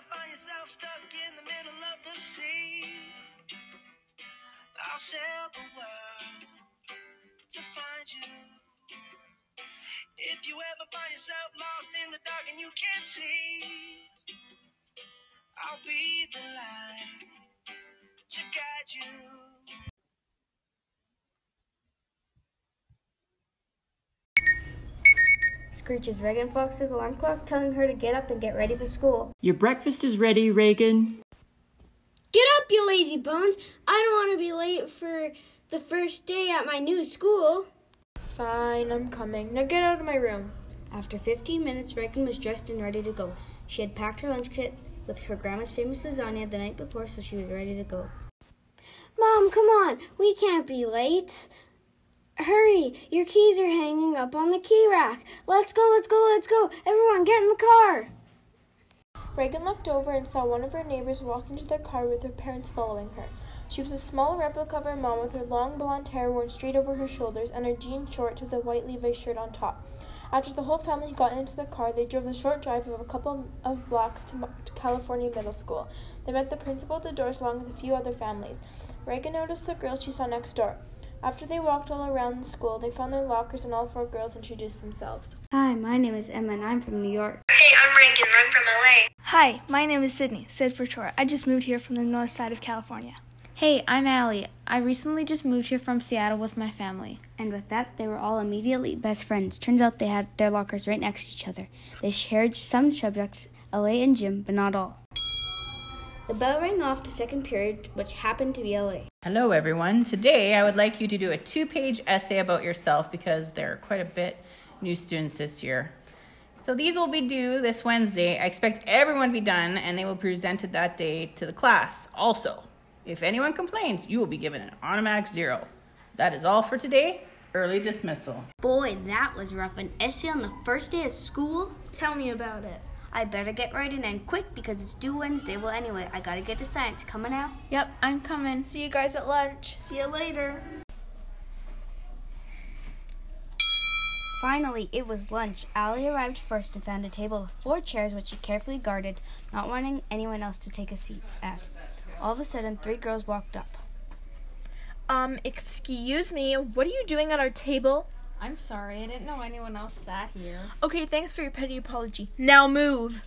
find yourself stuck in the middle of the sea. I'll sail the world to find you. If you ever find yourself lost in the dark and you can't see, I'll be the light to guide you. Screeches Regan Fox's alarm clock, telling her to get up and get ready for school. Your breakfast is ready, Reagan. Get up, you lazy bones! I don't want to be late for the first day at my new school. Fine, I'm coming. Now get out of my room. After 15 minutes, Regan was dressed and ready to go. She had packed her lunch kit with her grandma's famous lasagna the night before, so she was ready to go. Mom, come on! We can't be late. Hurry! Your keys are hanging up on the key rack. Let's go, let's go, let's go! Everyone, get in the car! Reagan looked over and saw one of her neighbors walk into their car with her parents following her. She was a small replica of her mom with her long blonde hair worn straight over her shoulders and her jean shorts with a white Levi's shirt on top. After the whole family got into the car, they drove the short drive of a couple of blocks to, Mo- to California Middle School. They met the principal at the doors along with a few other families. Reagan noticed the girls she saw next door. After they walked all around the school, they found their lockers and all four girls introduced themselves. Hi, my name is Emma and I'm from New York. Hey, I'm Reagan. I'm from LA. Hi, my name is Sydney, Sid for short. I just moved here from the north side of California. Hey, I'm Allie. I recently just moved here from Seattle with my family. And with that, they were all immediately best friends. Turns out they had their lockers right next to each other. They shared some subjects, LA and gym, but not all. The bell rang off to second period, which happened to be LA. Hello, everyone. Today, I would like you to do a two page essay about yourself because there are quite a bit new students this year. So, these will be due this Wednesday. I expect everyone to be done and they will be presented that day to the class. Also, if anyone complains, you will be given an automatic zero. That is all for today. Early dismissal. Boy, that was rough. An essay on the first day of school? Tell me about it. I better get writing in quick because it's due Wednesday. Well, anyway, I gotta get to science. Coming out. Yep, I'm coming. See you guys at lunch. See you later. Finally, it was lunch. Allie arrived first and found a table with four chairs, which she carefully guarded, not wanting anyone else to take a seat at. All of a sudden, three girls walked up. Um, excuse me, what are you doing at our table? I'm sorry, I didn't know anyone else sat here. Okay, thanks for your petty apology. Now move.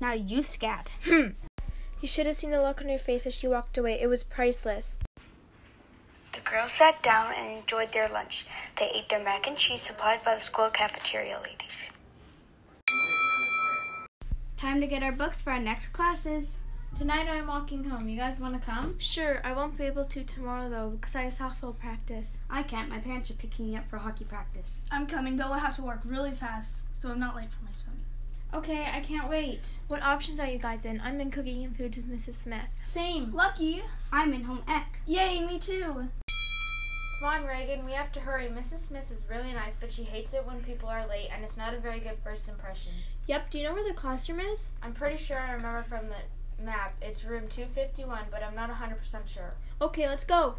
Now you scat. You should have seen the look on her face as she walked away. It was priceless. The girls sat down and enjoyed their lunch. They ate their mac and cheese supplied by the school cafeteria ladies. Time to get our books for our next classes. Tonight I'm walking home. You guys want to come? Sure, I won't be able to tomorrow though because I have softball practice. I can't. My parents are picking me up for hockey practice. I'm coming, but we'll have to work really fast, so I'm not late for my swimming. Okay, I can't wait. What options are you guys in? I'm in cooking and foods with Mrs. Smith. Same. Lucky! I'm in home ec. Yay, me too! Come on, Reagan. We have to hurry. Mrs. Smith is really nice, but she hates it when people are late, and it's not a very good first impression. Yep, do you know where the classroom is? I'm pretty sure I remember from the map. It's room 251, but I'm not 100% sure. Okay, let's go.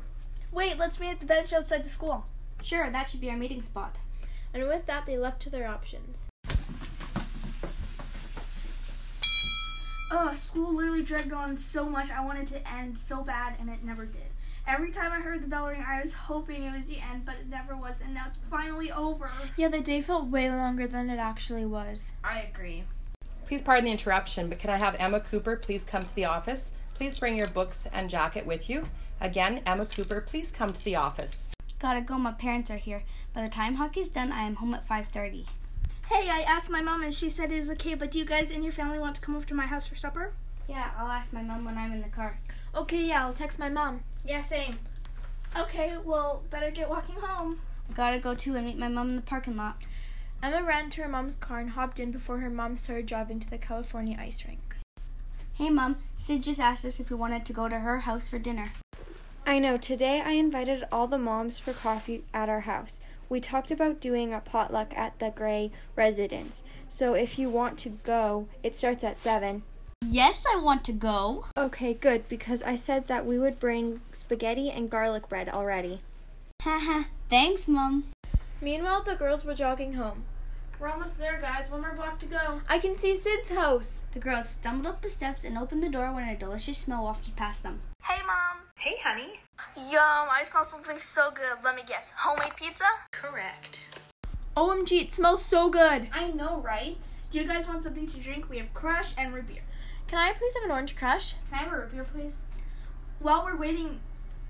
Wait, let's meet at the bench outside the school. Sure, that should be our meeting spot. And with that, they left to their options. Ugh, school literally dragged on so much. I wanted to end so bad, and it never did. Every time I heard the bell ring, I was hoping it was the end, but it never was, and now it's finally over. Yeah, the day felt way longer than it actually was. I agree. Please pardon the interruption, but can I have Emma Cooper please come to the office? Please bring your books and jacket with you. Again, Emma Cooper, please come to the office. Gotta go. My parents are here. By the time hockey's done, I am home at 5:30. Hey, I asked my mom, and she said it is okay, but do you guys and your family want to come over to my house for supper? Yeah, I'll ask my mom when I'm in the car. Okay, yeah, I'll text my mom. Yeah, same. Okay, well, better get walking home. I gotta go too and meet my mom in the parking lot. Emma ran to her mom's car and hopped in before her mom started driving to the California ice rink. Hey, mom. Sid just asked us if we wanted to go to her house for dinner. I know, today I invited all the moms for coffee at our house. We talked about doing a potluck at the Gray residence. So if you want to go, it starts at 7. Yes, I want to go. Okay, good, because I said that we would bring spaghetti and garlic bread already. Haha. Thanks, mom. Meanwhile, the girls were jogging home. We're almost there, guys. One more block to go. I can see Sid's house. The girls stumbled up the steps and opened the door when a delicious smell wafted past them. Hey, Mom. Hey, honey. Yum, I smell something so good. Let me guess. Homemade pizza? Correct. OMG, it smells so good. I know, right? Do you guys want something to drink? We have Crush and root beer. Can I please have an orange crush? Can I have a root beer, please? While we're waiting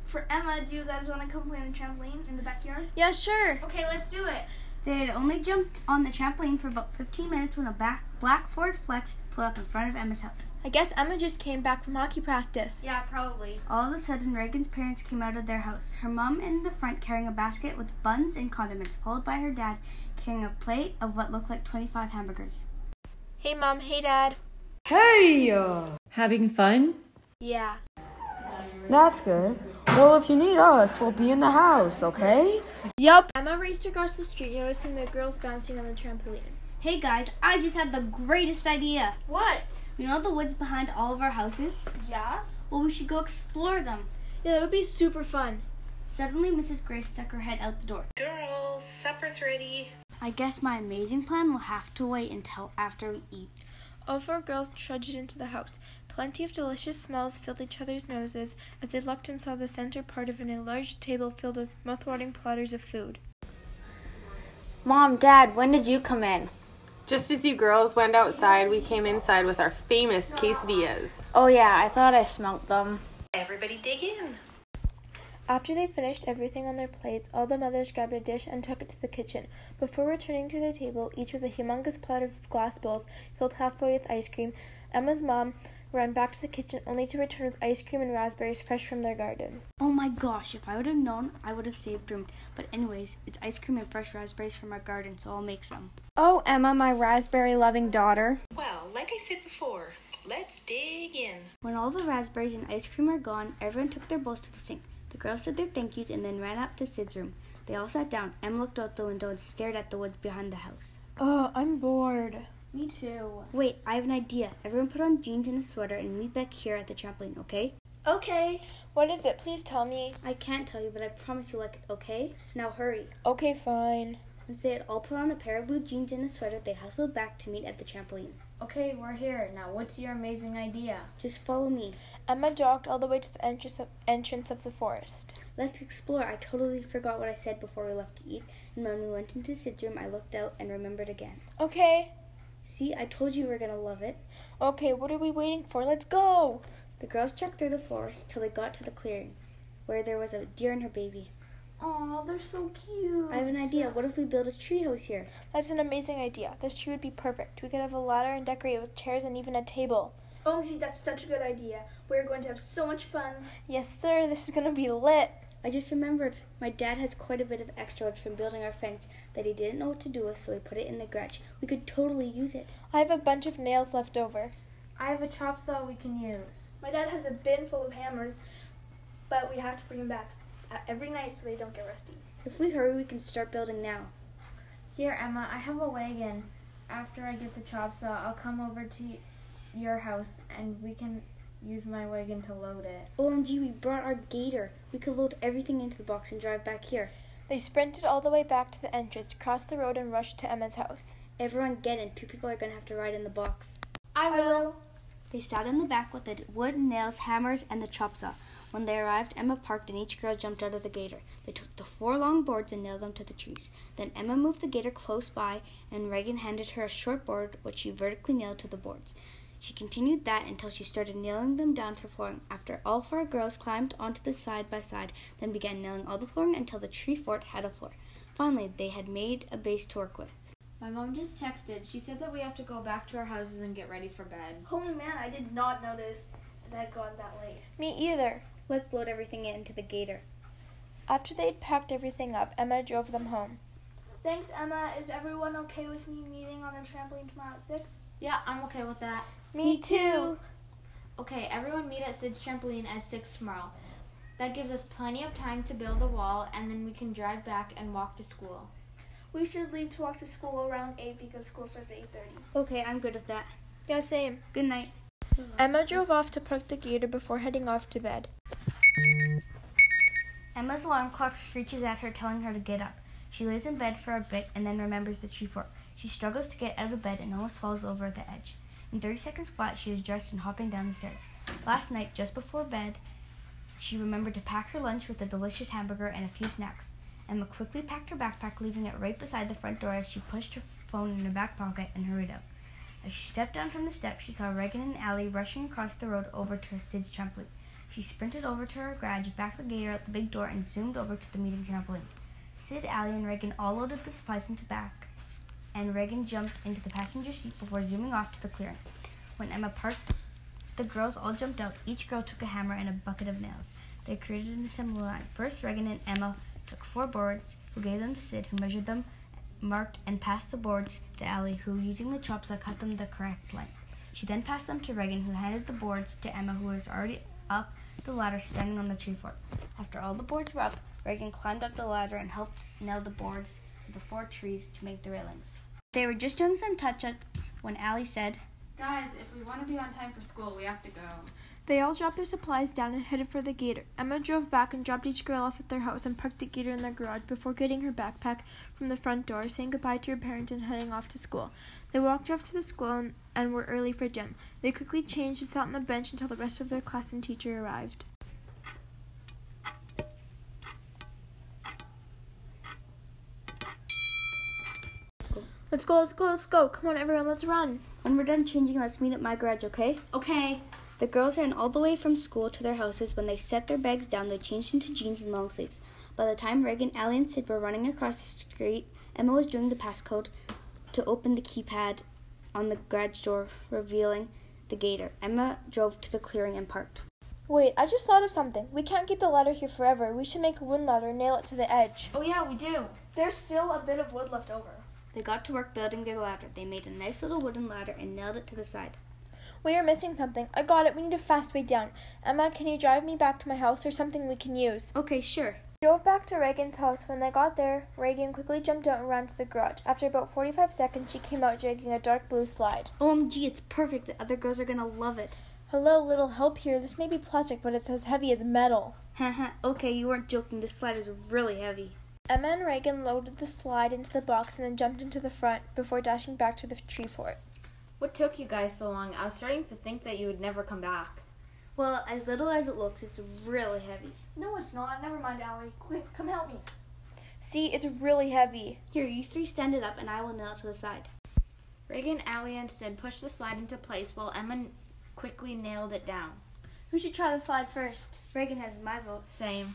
for Emma, do you guys want to come play on the trampoline in the backyard? Yeah, sure. Okay, let's do it. They had only jumped on the trampoline for about 15 minutes when a back, black Ford Flex pulled up in front of Emma's house. I guess Emma just came back from hockey practice. Yeah, probably. All of a sudden, Reagan's parents came out of their house. Her mom in the front carrying a basket with buns and condiments, followed by her dad carrying a plate of what looked like 25 hamburgers. Hey, Mom. Hey, Dad. Hey! Having fun? Yeah. That's good. Well, if you need us, we'll be in the house, okay? Yup. Emma raced across the street, noticing the girls bouncing on the trampoline. Hey guys, I just had the greatest idea. What? You know the woods behind all of our houses? Yeah. Well, we should go explore them. Yeah, that would be super fun. Suddenly, Mrs. Grace stuck her head out the door. Girls, supper's ready. I guess my amazing plan will have to wait until after we eat. All four girls trudged into the house. Plenty of delicious smells filled each other's noses as they looked and saw the center part of an enlarged table filled with mouthwatering platters of food. Mom, Dad, when did you come in? Just as you girls went outside, we came inside with our famous quesadillas. Oh, yeah, I thought I smelt them. Everybody dig in. After they finished everything on their plates, all the mothers grabbed a dish and took it to the kitchen. Before returning to the table, each with a humongous platter of glass bowls filled halfway with ice cream, Emma's mom ran back to the kitchen only to return with ice cream and raspberries fresh from their garden. Oh my gosh, if I would have known, I would have saved room. But, anyways, it's ice cream and fresh raspberries from our garden, so I'll make some. Oh, Emma, my raspberry loving daughter. Well, like I said before, let's dig in. When all the raspberries and ice cream are gone, everyone took their bowls to the sink. The girls said their thank yous and then ran up to Sid's room. They all sat down. Emma looked out the window and stared at the woods behind the house. Oh, I'm bored. Me too. Wait, I have an idea. Everyone put on jeans and a sweater and meet back here at the trampoline, okay? Okay. What is it? Please tell me. I can't tell you, but I promise you'll like it, okay? Now hurry. Okay, fine. Once they had all put on a pair of blue jeans and a sweater, they hustled back to meet at the trampoline. Okay, we're here. Now, what's your amazing idea? Just follow me. Emma jogged all the way to the entrance of, entrance of the forest. Let's explore. I totally forgot what I said before we left to eat, and when we went into Sid's room, I looked out and remembered again. Okay. See, I told you we were gonna love it. Okay, what are we waiting for? Let's go! The girls trekked through the forest till they got to the clearing, where there was a deer and her baby. Oh, they're so cute. I have an idea. What if we build a treehouse here? That's an amazing idea. This tree would be perfect. We could have a ladder and decorate it with chairs and even a table. OMG, that's such a good idea. We're going to have so much fun. Yes, sir. This is gonna be lit. I just remembered my dad has quite a bit of extra wood from building our fence that he didn't know what to do with, so he put it in the garage. We could totally use it. I have a bunch of nails left over. I have a chop saw we can use. My dad has a bin full of hammers, but we have to bring them back every night so they don't get rusty. If we hurry, we can start building now. Here, Emma, I have a wagon. After I get the chop saw, I'll come over to your house and we can use my wagon to load it. OMG, we brought our gator. We could load everything into the box and drive back here. They sprinted all the way back to the entrance, crossed the road, and rushed to Emma's house. Everyone get in. Two people are going to have to ride in the box. I will. I will. They sat in the back with the wood, nails, hammers, and the chop saw. When they arrived, Emma parked and each girl jumped out of the gator. They took the four long boards and nailed them to the trees. Then Emma moved the gator close by, and Regan handed her a short board, which she vertically nailed to the boards. She continued that until she started nailing them down for flooring. After all four girls climbed onto the side by side, then began nailing all the flooring until the tree fort had a floor. Finally, they had made a base to work with. My mom just texted. She said that we have to go back to our houses and get ready for bed. Holy man, I did not notice it had gone that late. Me either. Let's load everything into the gator. After they'd packed everything up, Emma drove them home. Thanks, Emma. Is everyone okay with me meeting on the trampoline tomorrow at 6? Yeah, I'm okay with that. Me too. Okay, everyone meet at Sid's trampoline at 6 tomorrow. That gives us plenty of time to build a wall and then we can drive back and walk to school. We should leave to walk to school around 8 because school starts at 8:30. Okay, I'm good with that. Yeah, same. Good night. Emma drove off to park the gator before heading off to bed. Emma's alarm clock screeches at her telling her to get up. She lays in bed for a bit and then remembers the tree fort. She struggles to get out of bed and almost falls over the edge. In 30 seconds flat, she is dressed and hopping down the stairs. Last night, just before bed, she remembered to pack her lunch with a delicious hamburger and a few snacks. Emma quickly packed her backpack, leaving it right beside the front door as she pushed her phone in her back pocket and hurried out. As she stepped down from the steps, she saw Regan and Allie rushing across the road over to Sid's trampoline. She sprinted over to her garage, backed the gator out the big door, and zoomed over to the meeting trampoline. Sid, Allie, and Regan all loaded the supplies into the back, and Regan jumped into the passenger seat before zooming off to the clearing. When Emma parked, the girls all jumped out. Each girl took a hammer and a bucket of nails. They created an assembly line. First, Regan and Emma took four boards, who gave them to Sid, who measured them, marked, and passed the boards to Allie, who, using the chop saw, cut them the correct length. She then passed them to Regan, who handed the boards to Emma, who was already up the ladder standing on the tree fort. After all the boards were up, Regan climbed up the ladder and helped nail the boards to the four trees to make the railings. They were just doing some touch ups when Allie said, Guys, if we want to be on time for school, we have to go. They all dropped their supplies down and headed for the gator. Emma drove back and dropped each girl off at their house and parked the gator in their garage before getting her backpack from the front door, saying goodbye to her parents and heading off to school. They walked off to the school and, and were early for gym. They quickly changed and sat on the bench until the rest of their class and teacher arrived. Let's go, let's go, let's go. Come on, everyone, let's run. When we're done changing, let's meet at my garage, okay? Okay. The girls ran all the way from school to their houses. When they set their bags down, they changed into jeans and long sleeves. By the time Regan, Allie, and Sid were running across the street, Emma was doing the passcode to open the keypad on the garage door, revealing the gator. Emma drove to the clearing and parked. Wait, I just thought of something. We can't keep the ladder here forever. We should make a wooden ladder and nail it to the edge. Oh, yeah, we do. There's still a bit of wood left over. They got to work building their ladder. They made a nice little wooden ladder and nailed it to the side. We are missing something. I got it. We need a fast way down. Emma, can you drive me back to my house or something we can use? Okay, sure. Drove back to Reagan's house. When they got there, Reagan quickly jumped out and ran to the garage. After about 45 seconds, she came out dragging a dark blue slide. OMG, it's perfect. The other girls are gonna love it. Hello, little help here. This may be plastic, but it's as heavy as metal. Haha, okay, you weren't joking. This slide is really heavy. Emma and Reagan loaded the slide into the box and then jumped into the front before dashing back to the tree fort. What took you guys so long? I was starting to think that you would never come back. Well, as little as it looks, it's really heavy. No, it's not. Never mind, Allie. Quick, come help me. See, it's really heavy. Here, you three stand it up and I will nail it to the side. Reagan, Allie, and Sid pushed the slide into place while Emma quickly nailed it down. Who should try the slide first? Reagan has my vote. Same.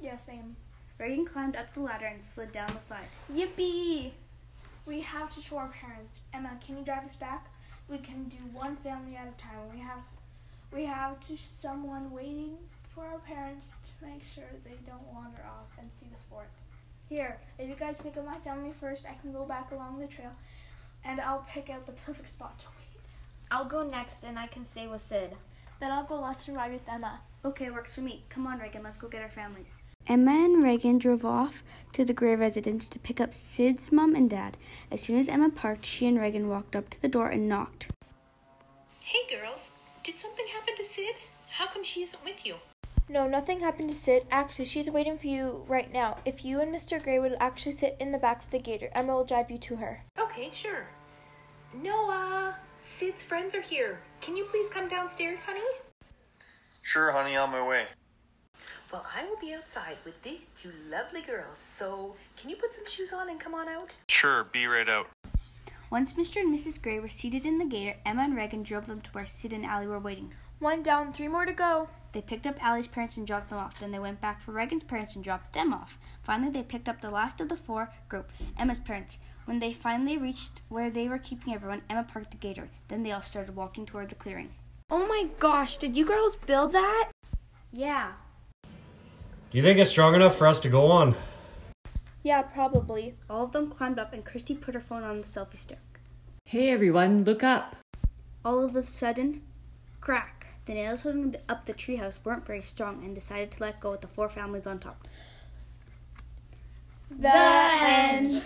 Yeah, same. Reagan climbed up the ladder and slid down the slide. Yippee! We have to show our parents. Emma, can you drive us back? We can do one family at a time. We have, we have to someone waiting for our parents to make sure they don't wander off and see the fort. Here, if you guys pick up my family first, I can go back along the trail, and I'll pick out the perfect spot to wait. I'll go next, and I can stay with Sid. Then I'll go last and ride with Emma. Okay, works for me. Come on, Reagan, let's go get our families. Emma and Reagan drove off to the Gray residence to pick up Sid's mom and dad. As soon as Emma parked, she and Reagan walked up to the door and knocked. Hey girls, did something happen to Sid? How come she isn't with you? No, nothing happened to Sid. Actually, she's waiting for you right now. If you and Mr. Gray would actually sit in the back of the gator, Emma will drive you to her. Okay, sure. Noah, Sid's friends are here. Can you please come downstairs, honey? Sure, honey, on my way. Well, I will be outside with these two lovely girls, so can you put some shoes on and come on out? Sure, be right out. Once Mr. and Mrs. Gray were seated in the gator, Emma and Regan drove them to where Sid and Allie were waiting. One down, three more to go. They picked up Allie's parents and dropped them off. Then they went back for Regan's parents and dropped them off. Finally, they picked up the last of the four group, Emma's parents. When they finally reached where they were keeping everyone, Emma parked the gator. Then they all started walking toward the clearing. Oh my gosh, did you girls build that? Yeah, do you think it's strong enough for us to go on? Yeah, probably. All of them climbed up, and Christy put her phone on the selfie stick. Hey everyone, look up! All of a sudden, crack! The nails holding up the treehouse weren't very strong and decided to let go with the four families on top. The, the end. end.